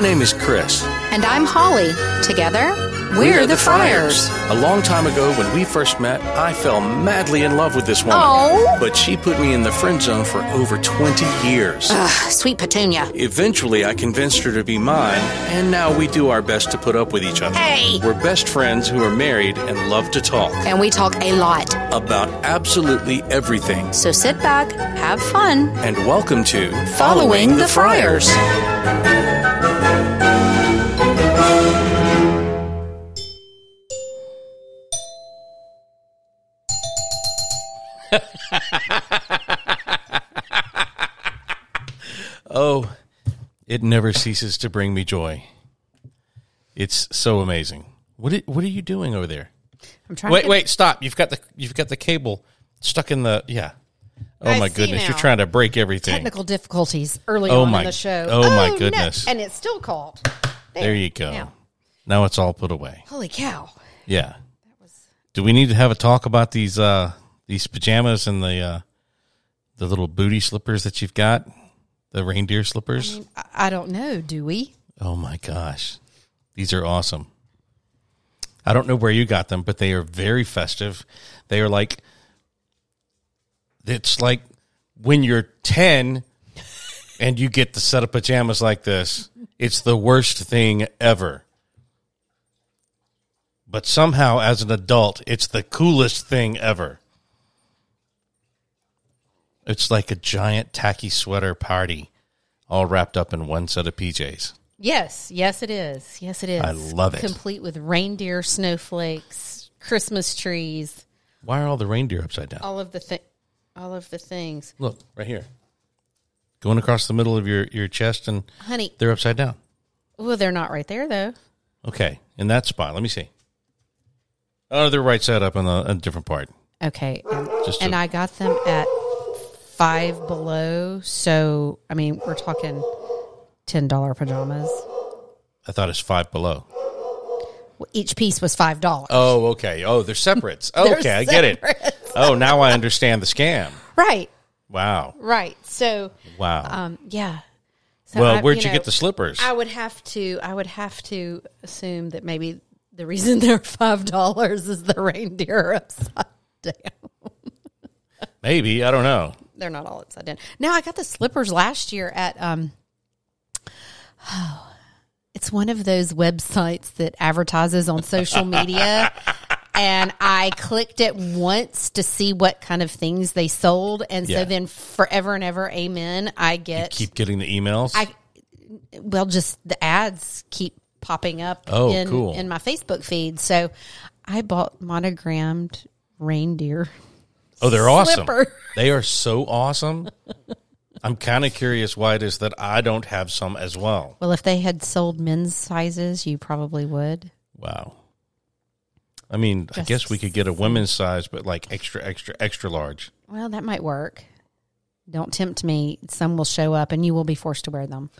name is Chris. And I'm Holly. Together, we're, the, Friars. A long time ago, when we first met, I fell madly in love with this woman. Oh. But she put me in the friend zone for over 20 years. Ugh, sweet Petunia. Eventually, I convinced her to be mine, and now we do our best to put up with each other. Hey! We're best friends who are married and love to talk And we talk a lot. about absolutely everything. So sit back, have fun. And welcome to Following the Friars. Oh, it never ceases to bring me joy. It's so amazing. What i- what are you doing over there? I'm trying. Wait, to, wait, stop. You've got the you've got the cable stuck in the yeah. Oh I my see goodness, now. you're trying to break everything. Technical difficulties early Oh on my- in the show. oh my no. goodness. And it's still called. There you go. Now. Now it's all put away. Holy cow! Yeah. Do we need to have a talk about these uh these pajamas and the uh the little booty slippers that you've got? The reindeer slippers? I, I don't know. Do we? Oh my gosh. These are awesome. I don't know where you got them, but they are very festive. They are like it's like when you're 10 and you get the set of pajamas like this. It's the worst thing ever. But somehow as an adult, it's the coolest thing ever. It's like a giant tacky sweater party all wrapped up in one set of PJs. Yes. Yes, it is. Yes, it is. I love it. Complete with reindeer, snowflakes, Christmas trees, Why are all the reindeer upside down? all of the thing, all of the things. Look, right here. Going across the middle of your, your chest, and Honey, they're upside down. well, they're not right there though. Okay, in that spot. Let me see. Oh, they're right side up on the, a different part. Okay. And, Just and to- I got them at five below. So I mean, we're talking ten dollar pajamas. I thought it's five below. Well, Each piece was five dollars. Oh, okay. Oh, they're separates. They're okay, I get it. separate. Oh, now I understand the scam. Right. Wow. Right. So, Wow. um, yeah. So well, I- where'd you, know, get the slippers? I would have to. I would have to assume that maybe the reason they're five dollars is the reindeer are upside down. Maybe. I don't know. They're not all upside down. No, I got the slippers last year at. um it's one of those websites that advertises on social media. And I clicked it once to see what kind of things they sold. And Yeah. so then forever and ever, amen, I get Keep getting the emails. I well, just the ads keep popping up Oh, in, cool. in my Facebook feed. So I bought monogrammed reindeer. Oh, they're awesome. Slipper. They are so awesome. I'm kind of curious why it is that I don't have some as well. Well, if they had sold men's sizes, you probably would. Wow. I mean, I guess we could get a women's size, but like extra, extra, extra large. Well, that might work. Don't tempt me. Some will show up and you will be forced to wear them.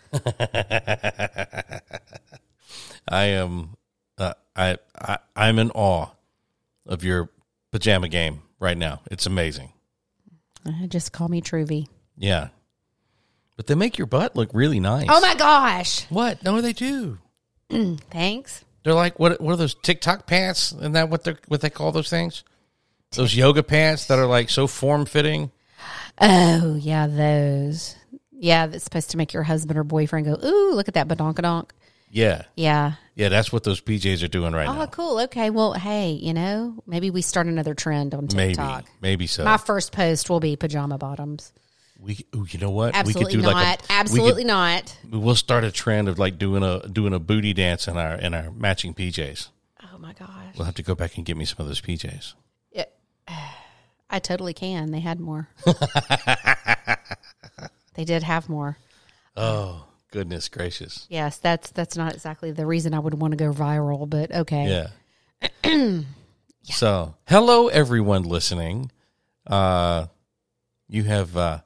I am, uh, I, I, I'm in awe of your pajama game right now. It's amazing. Uh, Just call me Truvy. Yeah, but they make your butt look really nice. Oh my gosh. What? No, they do. Thanks. They're like what? What are those TikTok pants? Isn't that what they are what they call those things? Those yoga pants that are like so form fitting. Oh, yeah, those. Yeah, that's supposed to make your husband or boyfriend go, ooh, look at that badonkadonk. Yeah, Yeah. yeah, that's what those PJs are doing right Oh, now. cool. Okay. Well, hey, you know, maybe we start another trend on Maybe, TikTok. maybe so. My first post will be pajama bottoms. we, ooh, you know what? we Absolutely could do not. like a, Absolutely We not. could, We'll start a trend of like doing a doing a booty dance in our in our matching PJs. Oh my gosh. We'll have to go back and get me some of those PJs. It- I totally can. They had more. they did have more. Oh goodness gracious! Yes, that's that's not exactly the reason I would want to go viral, but okay. Yeah. So, hello everyone listening. Uh, you have uh,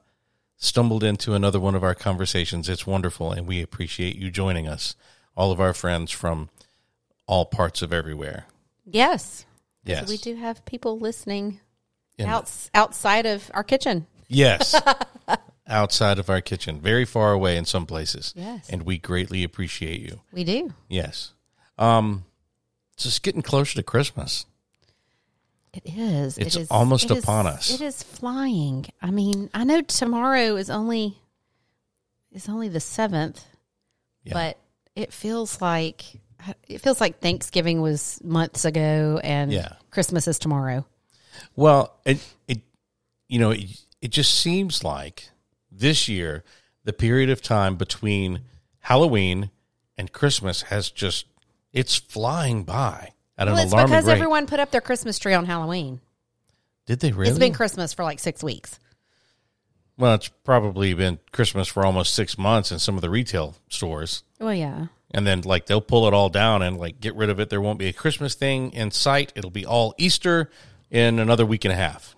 stumbled into another one of our conversations. It's wonderful, and we appreciate you joining us. All of our friends from all parts of everywhere. Yes. Yes, We do have people listening And- outs outside of our kitchen. Yes, outside of our kitchen, very far away in some places. Yes. And we greatly appreciate you. We do. Yes. Um, it's just getting closer to Christmas. It is. It It's is- almost it is- upon us. It is flying. I mean, I know tomorrow is only is only the seventh, Yeah. but it feels like it feels like Thanksgiving was months ago, and Yeah. Christmas is tomorrow. Well, it it you know it, it just seems like this year the period of time between Halloween and Christmas has just it's flying by at an Well, it's alarming because rate. everyone put up their Christmas tree on Halloween. Did they really? It's been Christmas for like six weeks. well, it's probably been Christmas for almost six months in some of the retail stores, Well, yeah. and then like they'll pull it all down and like get rid of it. There won't be a Christmas thing in sight. It'll be all Easter in another week and a half.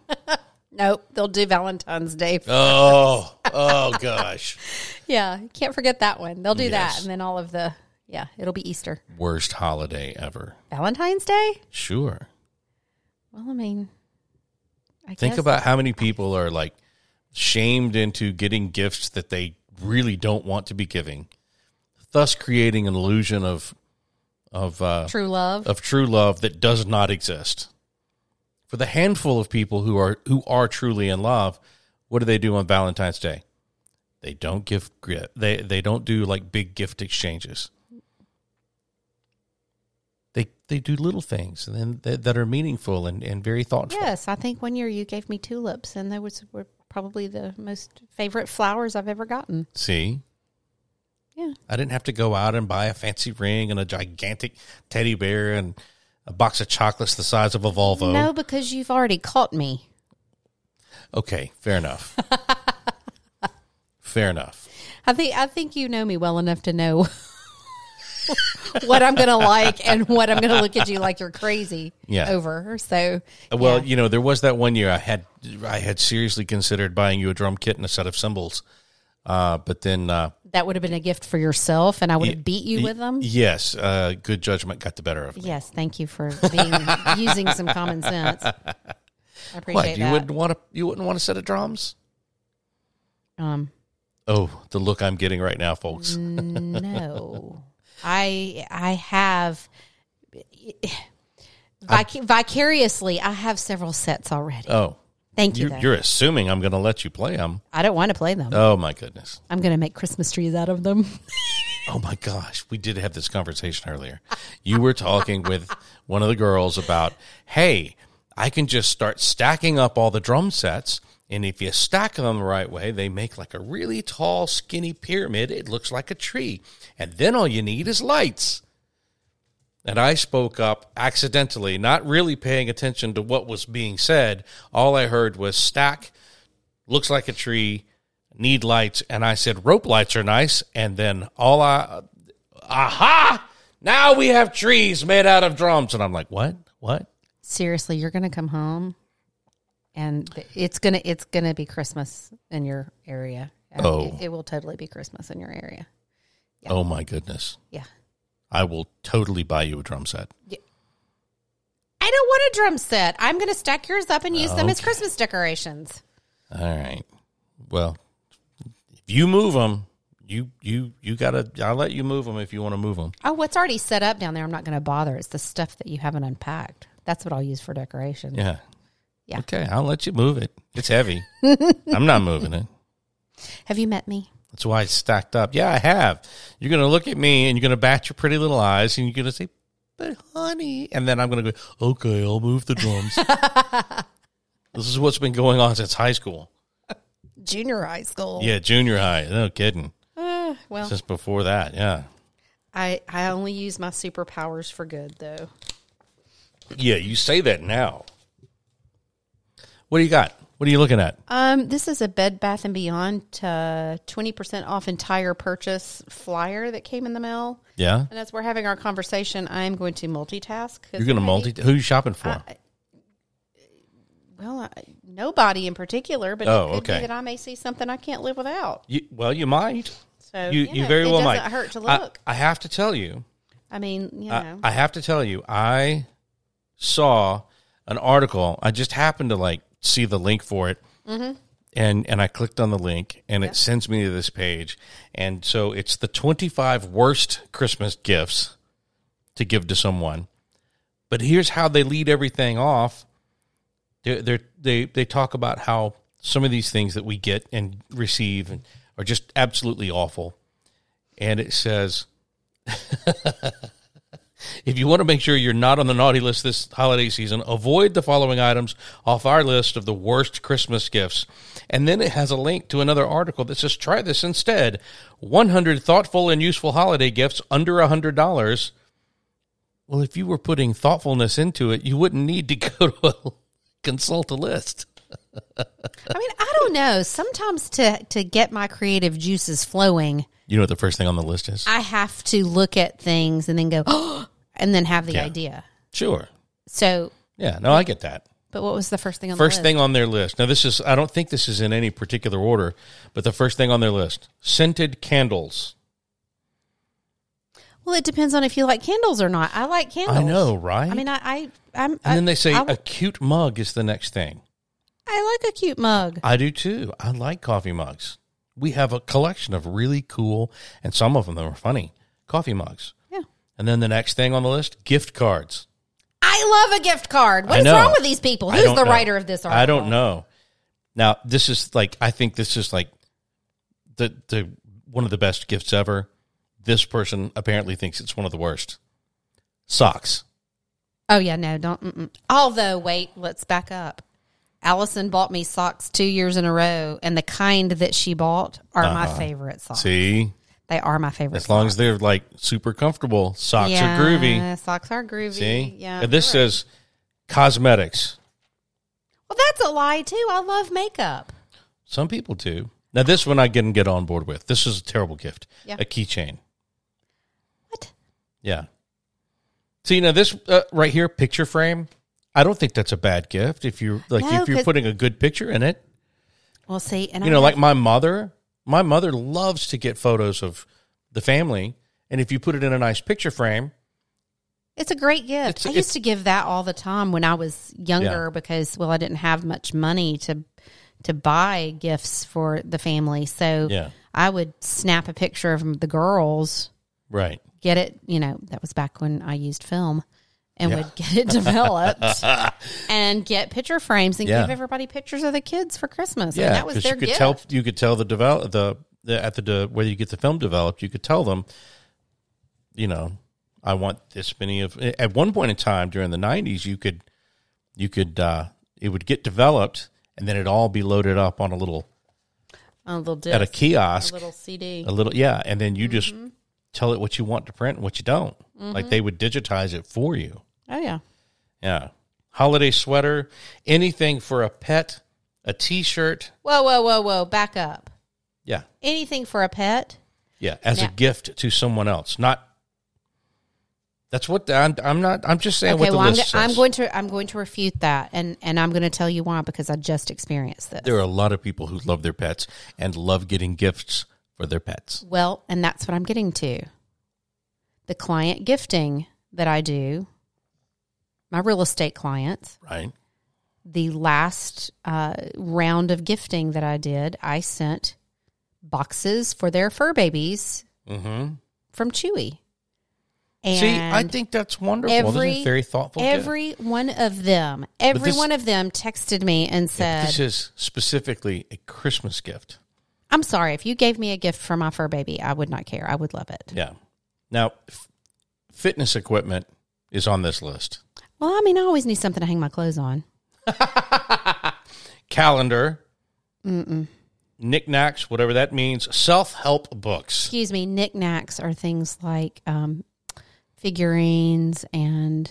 Nope, they'll do Valentine's Day. Oh, oh gosh. Yeah, you can't forget that one. They'll do Yes. that, and then all of the yeah, it'll be Easter, Worst holiday ever. Valentine's Day. Sure. Well, I mean, I Think guess. about how many people are like shamed into getting gifts that they really don't want to be giving, thus creating an illusion of of uh, true love. of true love that does not exist. For the handful of people who are who are truly in love, what do they do on Valentine's Day? They don't give gri- they they don't do like big gift exchanges. They they do little things and then that, that are meaningful and, and very thoughtful. Yes, I think one year you gave me tulips, and those were probably the most favorite flowers I've ever gotten. See, Yeah, I didn't have to go out and buy a fancy ring and a gigantic teddy bear and a box of chocolates the size of a Volvo. no, because you've already caught me. Okay, fair enough. fair enough. I think I think you know me well enough to know what I'm going to like and what I'm going to look at you like you're crazy Yeah. over. So Well, yeah. you know, there was that one year I had I had seriously considered buying you a drum kit and a set of cymbals, uh, but then uh, that would have been a gift for yourself, and I would y- have beat you y- with them. Yes, uh, good judgment got the better of me. Yes, thank you for being using some common sense. I appreciate What you that. wouldn't want to? You wouldn't want a set of drums? um, Mm. Oh, the look I'm getting right now, folks. no, I I have vic- vicariously. I have several sets already. Oh, Thank you. you, though. you're assuming I'm going to let you play them. I don't want to play them. Oh my goodness. I'm going to make Christmas trees out of them. Oh my gosh, we did have this conversation earlier. You were talking with one of the girls about, hey, I can just start stacking up all the drum sets. And if you stack them the right way, they make like a really tall, skinny pyramid. It looks like a tree. And then all you need is lights. And I spoke up accidentally, not really paying attention to what was being said. All I heard was stack, looks like a tree, need lights. And I said, rope lights are nice. And then all I, aha, now we have trees made out of drums. And I'm like, what? What? Seriously, you're going to come home, and th- it's gonna it's gonna be Christmas in your area. Uh, Oh. it, it will totally be Christmas in your area. Oh my goodness. Yeah. I will totally buy you a drum set. I don't want a drum set. I'm going to stack yours up and use them as Okay. Christmas decorations. All right. Well, if you move them, you, you, you gotta, I'll let you move them if you want to move them. Oh, what's already set up down there, I'm not going to bother. It's the stuff that you haven't unpacked. That's what I'll use for decoration. Yeah. Yeah. Okay. I'll let you move it. It's heavy. I'm not moving it. Have you met me? That's why it's stacked up. Yeah, I have. You're going to look at me and you're going to bat your pretty little eyes and you're going to say, but honey. And then I'm going to go, okay, I'll move the drums. this is what's been going on since high school. Junior high school. Yeah, junior high. No kidding. Uh, well, Since before that. Yeah. I, I only use my superpowers for good, though. Yeah, you say that now. What do you got? What are you looking at? Um, this is a Bed Bath and Beyond uh, 20% off entire purchase flyer that came in the mail. Yeah. And as we're having our conversation, I'm going to multitask. 'cause You're going to I- multi. Who you shopping for? Well, I, nobody in particular, but Oh, it could okay. be that I may see something I can't live without. you, well, you might. So you know, you very it well might. doesn't hurt to I- look. I have to tell you. I, mean, you know, I, I have to tell you, I Mm-hmm. saw an article. I just happened to like see the link for it and and I clicked on the link and it sends me to this page. And so it's the 25 worst Christmas gifts to give to someone. But here's how they lead everything off. They they they they talk about how some of these things that we get and receive and are just absolutely awful. And it says if you want to make sure you're not on the naughty list this holiday season, avoid the following items off our list of the worst Christmas gifts. And then it has a link to another article that says try this instead 100 thoughtful and useful holiday gifts under $100. Well, if you were putting thoughtfulness into it, you wouldn't need to go to a, consult a list. I mean, I don't know. Sometimes to to get my creative juices flowing, You know what the first thing on the list is? I have to look at things and then go, oh, and then have the Yeah. idea. Sure. So, Yeah, no, I get that. but what was the first thing on First the list? thing on their list. Now, this is, I don't think this is in any particular order, but the first thing on their list scented candles. Well, it depends on if you like candles or not. I like candles. I know, right? I mean, I, I I'm. and then I- they say I, a cute mug is the next thing. I like a cute mug. I do too. I like coffee mugs. We have a collection of really cool, and some of them are funny, coffee mugs. Yeah, And then the next thing on the list gift cards. I love a gift card. I What is know. wrong with these people? I Who's don't the know. writer of this article? I don't know. Now, this is like, I think this is like the, the one of the best gifts ever. This person apparently thinks it's one of the worst. Socks. Oh yeah, no, don't. Mm-mm. Although, wait, let's back up. Allison bought me socks two years in a row, and the kind that she bought are my favorite socks. Uh-huh. See, They are my favorite. as long as they're like super comfortable, socks are groovy. Socks are groovy. See, Yeah. And this you're right. says cosmetics. Well, that's a lie too. I love makeup. Some people do. Now, this one I can get on board with. This is a terrible gift. Yeah. A keychain. What? Yeah. See now this uh, right here picture frame. I don't think that's a bad gift if you like No, if you're 'cause- putting a good picture in it. Well, see, and You I know, have- like my mother. My mother loves to get photos of the family, and if you put it in a nice picture frame, it's a great gift. It's- I it's- used to give that all the time when I was younger because, well, I didn't have much money to to buy gifts for the family, so Yeah. I would snap a picture of the girls right? get it, you know, that was back when I used film and Yeah. would get it developed and get picture frames and Yeah. give everybody pictures of the kids for Christmas. Yeah, and that was because their you could gift. tell you could tell the develop the, the at the de- whether you get the film developed, you could tell them, you know, I want this many of. At one point in time during the '90s, you could you could uh, it would get developed and then it'd all be loaded up on a little a little disc, at a kiosk, a little Mm-hmm. CD. a little yeah, and then you just tell it what you want to print and what you don't. Mm-hmm. Like they would digitize it for you. Oh yeah. Yeah, holiday sweater, anything for a pet, a T-shirt. Whoa, whoa, whoa, whoa! Back up. Yeah. Anything for a pet? Yeah, as a Now- gift to someone else. Not. That's what the, I'm, I'm not. I'm just saying what Okay, the well, I'm, go- list says. I'm going to I'm going to refute that, and and I'm going to tell you why because I just experienced this. There are a lot of people who love their pets and love getting gifts for their pets. Well, and that's what I'm getting to. The client gifting that I do, my real estate clients, Right. the last uh, round of gifting that I did, I sent boxes for their fur babies Mm-hmm. from Chewy. See, I think that's wonderful. this is a very thoughtful. gift. Every one of them, every this- one of them texted me and Yeah, but said, this is specifically a Christmas gift. "I'm sorry if you gave me a gift for my fur baby, I would not care. I would love it." Yeah. Now, f- fitness equipment is on this list. Well, I mean, I always need something to hang my clothes on. Calendar. Mm-mm. Knickknacks, whatever that means. Self help books. excuse me, knickknacks are things like um, figurines and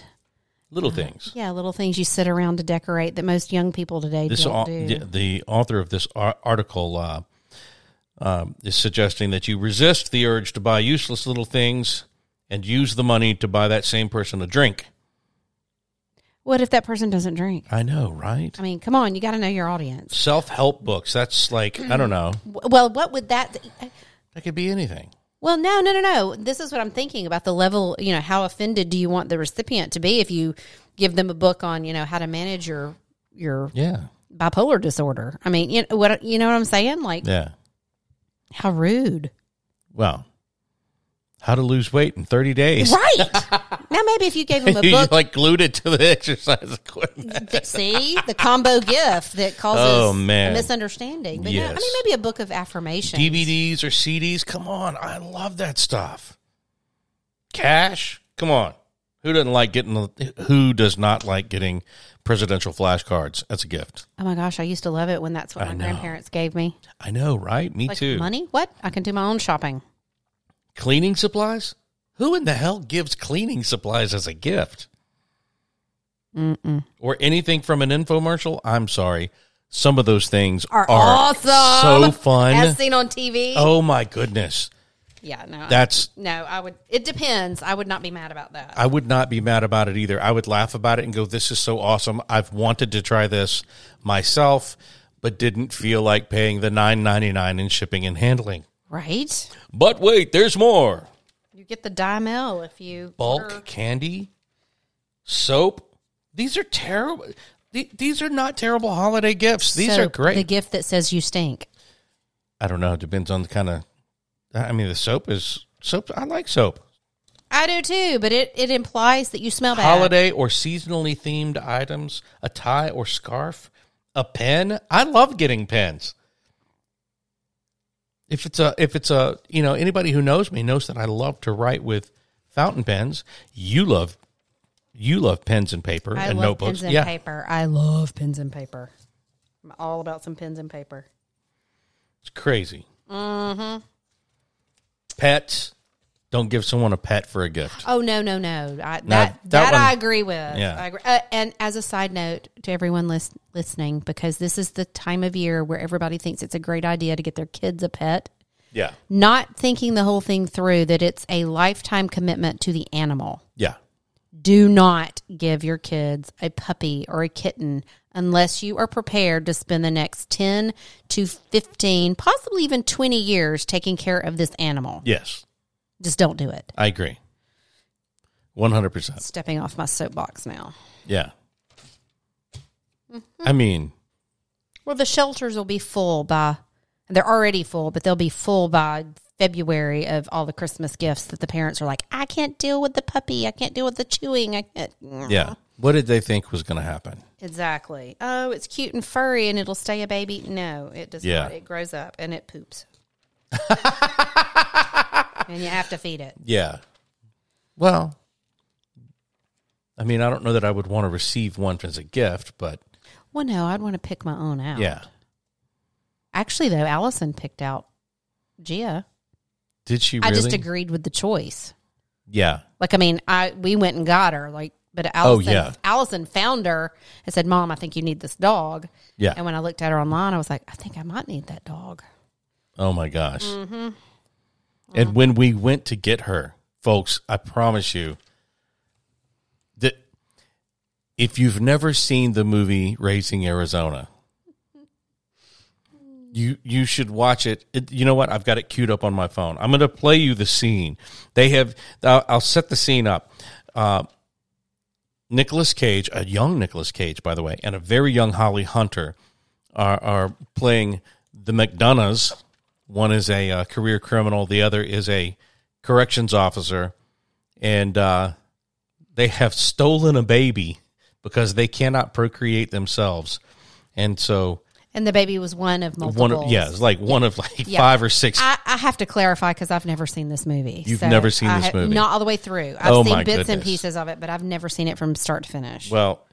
Little things. yeah, little things you sit around to decorate that most young people today this don't au- do. the, the author of this ar- article uh, um, is suggesting that you resist the urge to buy useless little things and use the money to buy that same person a drink. What if that person doesn't drink? I know, right? I mean, come on, you got to know your audience. Self help books. That's like I don't know. W- Well, what would that? That could be anything. Well, no, no, no, no. This is what I'm thinking about the level. You know, how offended do you want the recipient to be if you give them a book on you know how to manage your your Yeah. bipolar disorder. I mean, you know what you know what I'm saying? Like Yeah. how rude. Well, how to lose weight in 30 days. Right. now maybe if you gave him a you book like glued it to the exercise equipment. that, see, the combo gift that causes Oh, man. a misunderstanding. But yeah, I Yes. mean maybe a book of affirmations. DVDs or CDs. Come on. I love that stuff. Cash. Come on. Who doesn't like getting the- who does not like getting presidential flashcards? That's a gift. Oh my gosh, I used to love it when that's what my grandparents gave me. I know, right? Me Like too. money? What? I can do my own shopping. Cleaning supplies? Who in the hell gives cleaning supplies as a gift? Or anything from an infomercial? I'm sorry. Some of those things are, Are, awesome. so fun. As seen on TV. Oh my goodness. Yeah, no. That's no, I would it depends. I would not be mad about that. I would not be mad about it either. I would laugh about it and go, This is so awesome. I've wanted to try this myself, but didn't feel like paying the nine ninety nine in shipping and handling. Right? But wait, there's more. You get the Dymel if you bulk order- candy, soap. These are terrible. the- These are not terrible holiday gifts. These So, are great. The gift that says you stink. I don't know. It depends on the kind of. I mean, the soap is soap. I like soap. I do too, but it, it implies that you smell bad. Holiday or seasonally themed items, a tie or scarf, a pen. I love getting pens. If it's a, if it's a, you know, anybody who knows me knows that I love to write with fountain pens. You love, you love pens and paper I and love notebooks. pens and yeah, paper. I love pens and paper. I'm all about some pens and paper. It's crazy. Mm-hmm. Pets. Don't give someone a pet for a gift. Oh no no no! I, that that that, one- I agree with. Yeah. I agree. Uh, and as a side note to everyone lis- listening, because this is the time of year where everybody thinks it's a great idea to get their kids a pet, Yeah. not thinking the whole thing through that it's a lifetime commitment to the animal. Yeah. Do not give your kids a puppy or a kitten unless you are prepared to spend the next 10 to 15, possibly even 20 years taking care of this animal. Yes. Just don't do it. I agree. 100%. Stepping off my soapbox now. Yeah. I mean, Well, the shelters will be full by, they're already full, but they'll be full by February of all the Christmas gifts that the parents are like, I can't deal with the puppy. I can't deal with the chewing. I can't. yeah. What did they think was going to happen? Exactly. Oh, it's cute and furry and it'll stay a baby. No, it does Yeah. not. It grows up and it poops. and you have to feed it. Yeah. Well, I mean, I don't know that I would want to receive one as a gift, but Well, no, I'd want to pick my own out. yeah. Actually, though, Allison picked out Gia. Did she I really? just agreed with the choice. Yeah. Like, I mean, I we went and got her. Like, but Allison, Oh, yeah. Allison found her and said, "Mom, I think you need this dog." Yeah. And when I looked at her online, I was like, "I think I might need that dog." Oh my gosh. And when we went to get her, folks, I promise you that if you've never seen the movie Raising Arizona, you you should watch it. it. You know what? I've got it queued up on my phone. I'm going to play you the scene. They have. I'll, I'll set the scene up. Uh, Nicholas Cage, a young Nicholas Cage, by the way, and a very young Holly Hunter are are playing the McDonoughs. One is a uh, career criminal. The other is a corrections officer, and uh, they have stolen a baby because they cannot procreate themselves, and so And the baby was one of multiple. one of yeah, it's like one of like Yeah. five or six. I, I have to clarify because I've never seen this movie. You've never seen I this ha- movie? not all the way through. I've Oh, seen my bits and goodness. pieces of it, but I've never seen it from start to finish. well,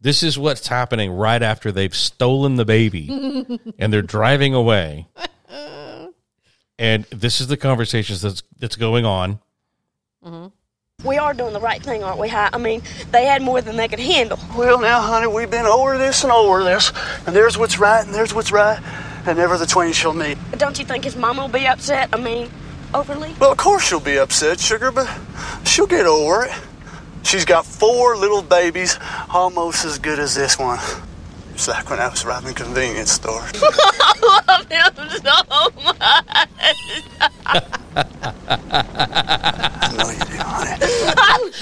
this is what's happening right after they've stolen the baby and they're driving away. And this is the conversations that's that's going on. We are doing the right thing, aren't we? Hi? I mean, they had more than they could handle. Well, now, honey, we've been over this and over this, and there's what's right and there's what's right, and never the twain shall meet. But don't you think his mom will be upset? I mean, overly? Well, of course she'll be upset, sugar, but she'll get over it. She's got four little babies, almost as good as this one. It's like when I was robbing convenience stores. I love him so much. I know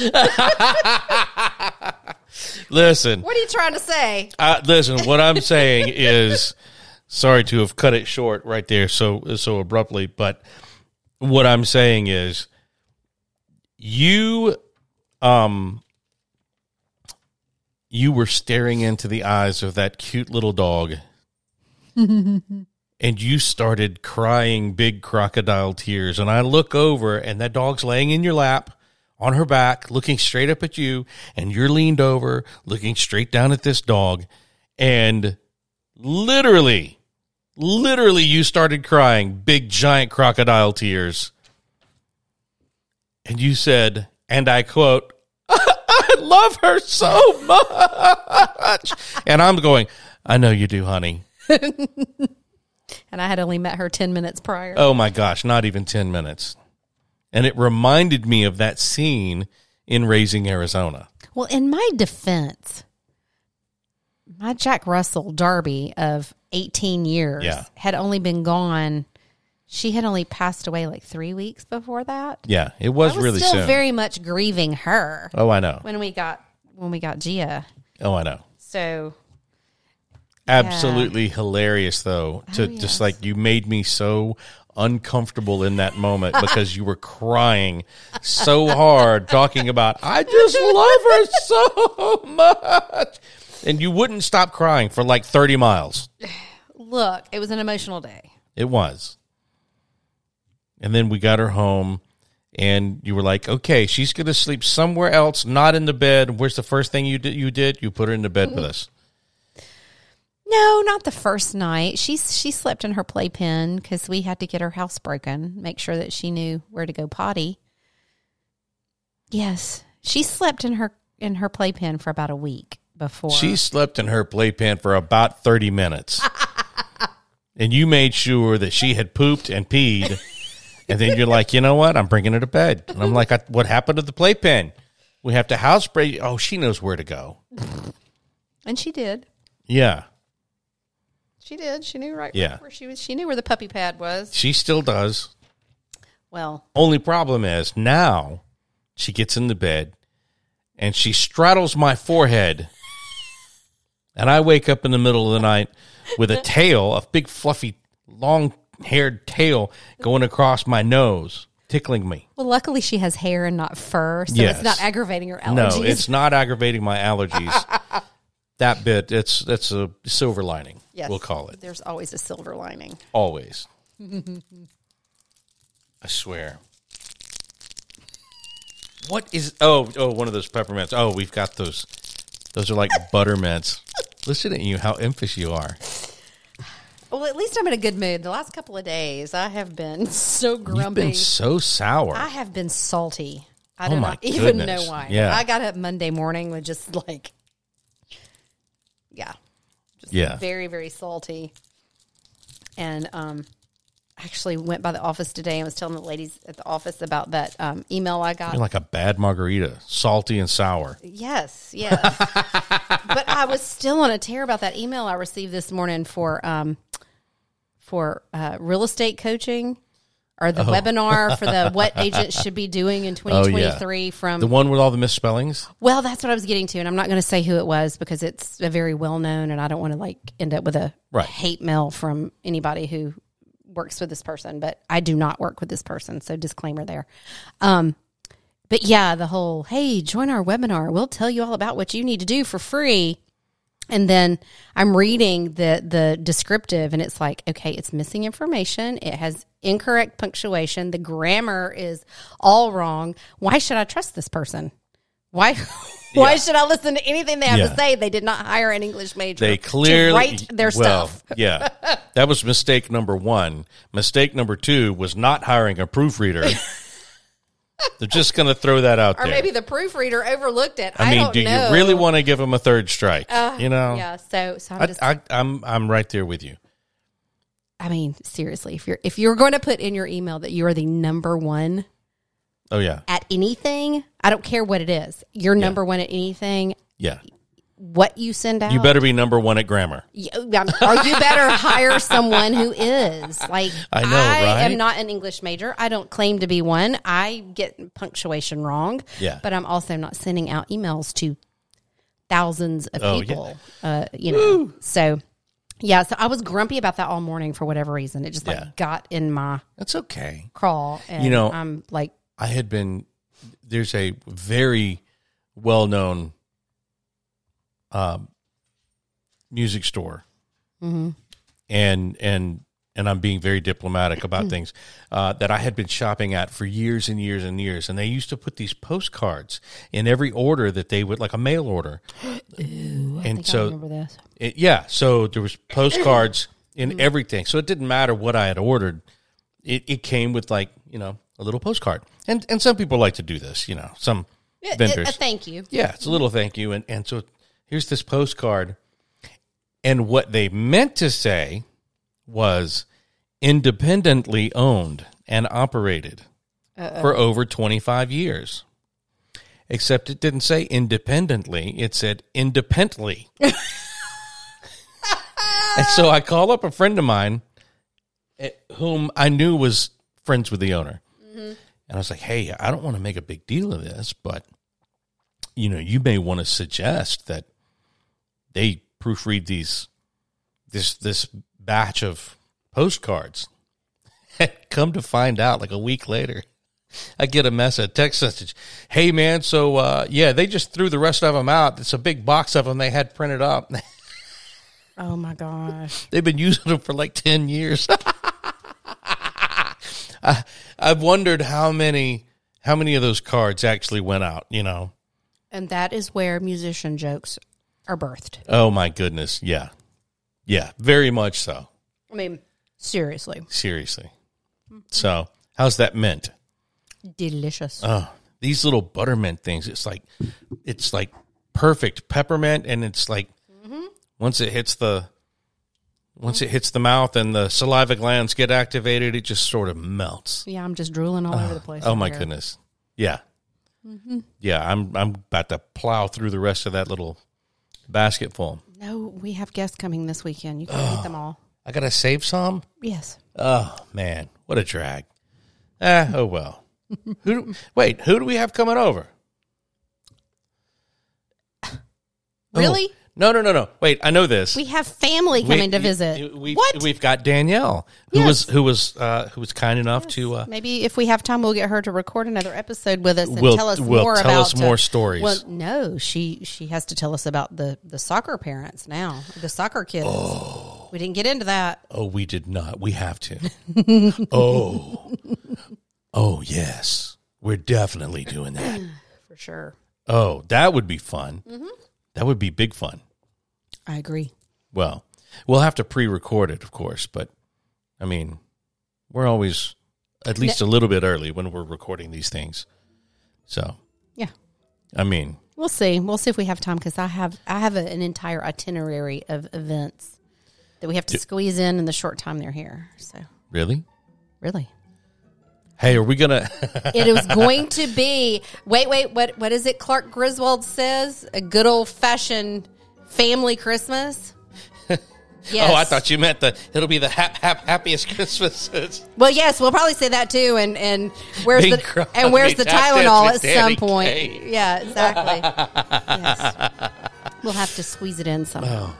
you do, honey. Listen, What are you trying to say? uh, listen. What I'm saying is, sorry to have cut it short right there so so abruptly, but what I'm saying is, you, um, you were staring into the eyes of that cute little dog, and you started crying big crocodile tears. And I look over, and that dog's laying in your lap on her back, looking straight up at you, and you're leaned over, looking straight down at this dog, and literally, literally, you started crying big, giant crocodile tears. And you said, and I quote, I love her so much. And I'm going, I know you do, honey. And I had only met her 10 minutes prior. Oh my gosh, not even 10 minutes. And it reminded me of that scene in Raising Arizona. Well, in my defense, my Jack Russell Darby of 18 years Yeah. had only been gone. She had only passed away like three weeks before that. Yeah, it was, I was really still soon. very much grieving her oh, I know. when we got when we got Gia. Oh, I know. So Absolutely hilarious, though. Oh, To just like you made me so uncomfortable in that moment because you were crying so hard, talking about I just love her so much, and you wouldn't stop crying for like thirty miles. look, it was an emotional day. It was. And then we got her home, and you were like, "Okay, she's going to sleep somewhere else, not in the bed." Where's the first thing you did? You did you put her in the bed with Mm-hmm. us? No, not the first night. She she slept in her playpen because we had to get her house broken, make sure that she knew where to go potty. Yes, she slept in her in her playpen for about a week before. She slept in her playpen for about 30 minutes. and you made sure that she had pooped and peed. And then you're like, you know what? I'm bringing her to bed. And I'm like, I, what happened to the playpen? We have to house break. Oh, she knows where to go. and she did. Yeah. She did. She knew right Yeah. where she was. She knew where the puppy pad was. She still does. Well, Only problem is now she gets in the bed and she straddles my forehead. And I wake up in the middle of the night with a tail, a big, fluffy, long haired tail going across my nose, tickling me. well, luckily she has hair and not fur, so Yes. it's not aggravating her allergies. No, it's not aggravating my allergies. that bit, it's that's a silver lining, Yes. we'll call it. There's always a silver lining. Always. I swear. What is oh oh one of those peppermints. Oh, we've got those. Those are like buttermints. Listen at you, how impish you are. Well, at least I'm in a good mood. The last couple of days, I have been so You've grumpy. been so sour. I have been salty. I Oh do my not even goodness. know why. Yeah. I got up Monday morning with just like, yeah, just Yeah. very, very salty. And um, actually went by the office today and was telling the ladies at the office about that um, email I got. You're like a bad margarita, salty and sour. Yes, yes. but I was still on a tear about that email I received this morning for um for uh, real estate coaching or Oh. the webinar for the what agents should be doing in 2023 from The one with all the misspellings? Well, that's what I was getting to and I'm not going to say who it was because it's a very well known and I don't want to like end up with a Right. hate mail from anybody who works with this person, but I do not work with this person, so disclaimer there. Um but yeah, the whole, hey, join our webinar. We'll tell you all about what you need to do for free. And then I'm reading the the descriptive and it's like, okay, it's missing information. It has incorrect punctuation. The grammar is all wrong. Why should I trust this person? Why why should I listen to anything they have Yeah. to say? They did not hire an English major They clearly to write their well, stuff. yeah. That was mistake number one. Mistake number two was not hiring a proofreader. They're just gonna throw that out Or there. maybe the proofreader overlooked it. I, I mean, don't do know. Uh, you really want to give him a third strike? you know, Yeah, so so I'm I, just I, I'm I'm right there with you. I mean, seriously, if you're if you're going to put in your email that you are the number one Oh yeah, at anything, I don't care what it is, you're number one at anything. yeah. What you send out, You better be number one at grammar. Yeah, um, or you better hire someone who is like. I know, right? am not an English major. I don't claim to be one. I get punctuation wrong. Yeah. but I'm also not sending out emails to thousands of Oh, yeah. people. Uh, you know, so yeah. So I was grumpy about that all morning for whatever reason. It just like Yeah. got in my That's okay. crawl, and You know- I'm like, I had been there's a very well known um, music store, Mm-hmm. and and and I'm being very diplomatic Mm-hmm. about things uh, that I had been shopping at for years and years and years, and they used to put these postcards in every order that they would like a mail order, and I so remember this. it, yeah, so there was postcards in everything. So it didn't matter what I had ordered. It it came with like, you know, a little postcard. And and some people like to do this, you know, some vendors. Uh, thank you. yeah, it's a little thank you and and so here's this postcard. And what they meant to say was independently owned and operated for over 25 years. Except it didn't say independently, it said independently. and so I call up a friend of mine eh, whom I knew was friends with the owner. And I was like, hey, I don't want to make a big deal of this, but you know, you may want to suggest that they proofread these this this batch of postcards. Come to find out, like a week later, I get a message, a text message. Hey man, so uh, yeah, they just threw the rest of them out. It's a big box of them they had printed up. Oh my gosh. They've been using them for like ten years. I, I've wondered how many how many of those cards actually went out. You know, And that is where musician jokes are birthed. Oh my goodness. Yeah. Yeah, very much so. I mean, seriously, Seriously. So, how's that mint? delicious. Oh, these little buttermint things. It's like it's like perfect peppermint and it's like once it hits the once it hits the mouth and the saliva glands get activated, it just sort of melts. yeah, I'm just drooling all over the place. Oh over my here. goodness. Yeah. Yeah, I'm I'm about to plow through the rest of that little basketful. No, we have guests coming this weekend. You can eat them all. I got to save some. Yes. Oh man, what a drag! Ah, oh well. who? Do, wait, who do we have coming over? Oh, Really? no, no, no, no. Wait, I know this. We have family We- coming to we- visit. We, what? We've got Danielle, who Yes. was who was uh, who was kind enough to. Uh, Maybe if we have time, we'll get her to record another episode with us and We'll- tell us we'll more tell about us more stories. Well, no, she she has to tell us about the the soccer parents now, the soccer kids. We didn't get into that. oh, we did not. We have to. oh, oh yes, we're definitely doing that. For sure. Oh, that would be fun. Mm-hmm. That would be big fun. I agree. Well, we'll have to pre-record it, of course, but I mean, we're always at least a little bit early when we're recording these things. So, Yeah. I mean, We'll see. We'll see if we have time because I have I have a, an entire itinerary of events that we have to squeeze in in the short time they're here. So really? really, Hey, are we gonna? it is going to be. Wait, wait. What what is it? Clark Griswold says a good old fashioned family Christmas. Yes. Oh, I thought you meant the. It'll be the hap, hap, happiest Christmases. Well, yes, we'll probably say that too. And and where's Bing the Crosby and where's the tap danced Tylenol at with Danny some point? Kaye. Yeah, exactly. yes. We'll have to squeeze it in somehow.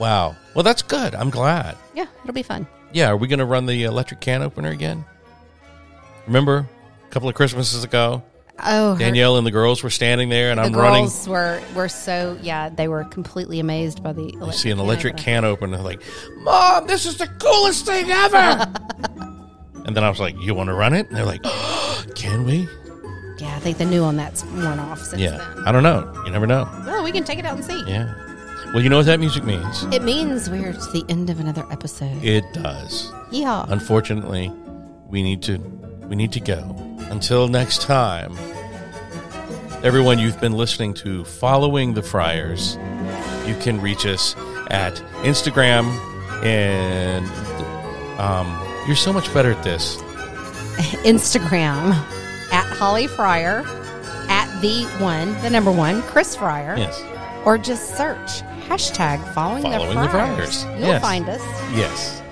Wow. Well, that's good. I'm glad. Yeah, it'll be fun. Yeah. Are we gonna run the electric can opener again? Remember, a couple of Christmases ago, Oh, her- Danielle and the girls were standing there, and the I'm running. girls were were so yeah they were completely amazed by the. You see an can electric opener. can open, and they're like, Mom, this is the coolest thing ever. and then I was like, You want to run it? And they're like, Can we? Yeah, I think the new one that's worn off since Yeah. then. I don't know. You never know. Well, we can take it out and see. Yeah. Well, you know what that music means? It means we're to the end of another episode. It does. Yeah. Unfortunately, we need to we need to go. Until next time. Everyone, you've been listening to Following the Friars. You can reach us at Instagram and um, you're so much better at this. Instagram at Holly Fryer, at the one, the number one, Chris Fryer, Yes. or just search hashtag following, Following the the Fryers. Fryers. You'll Yes. find us. Yes.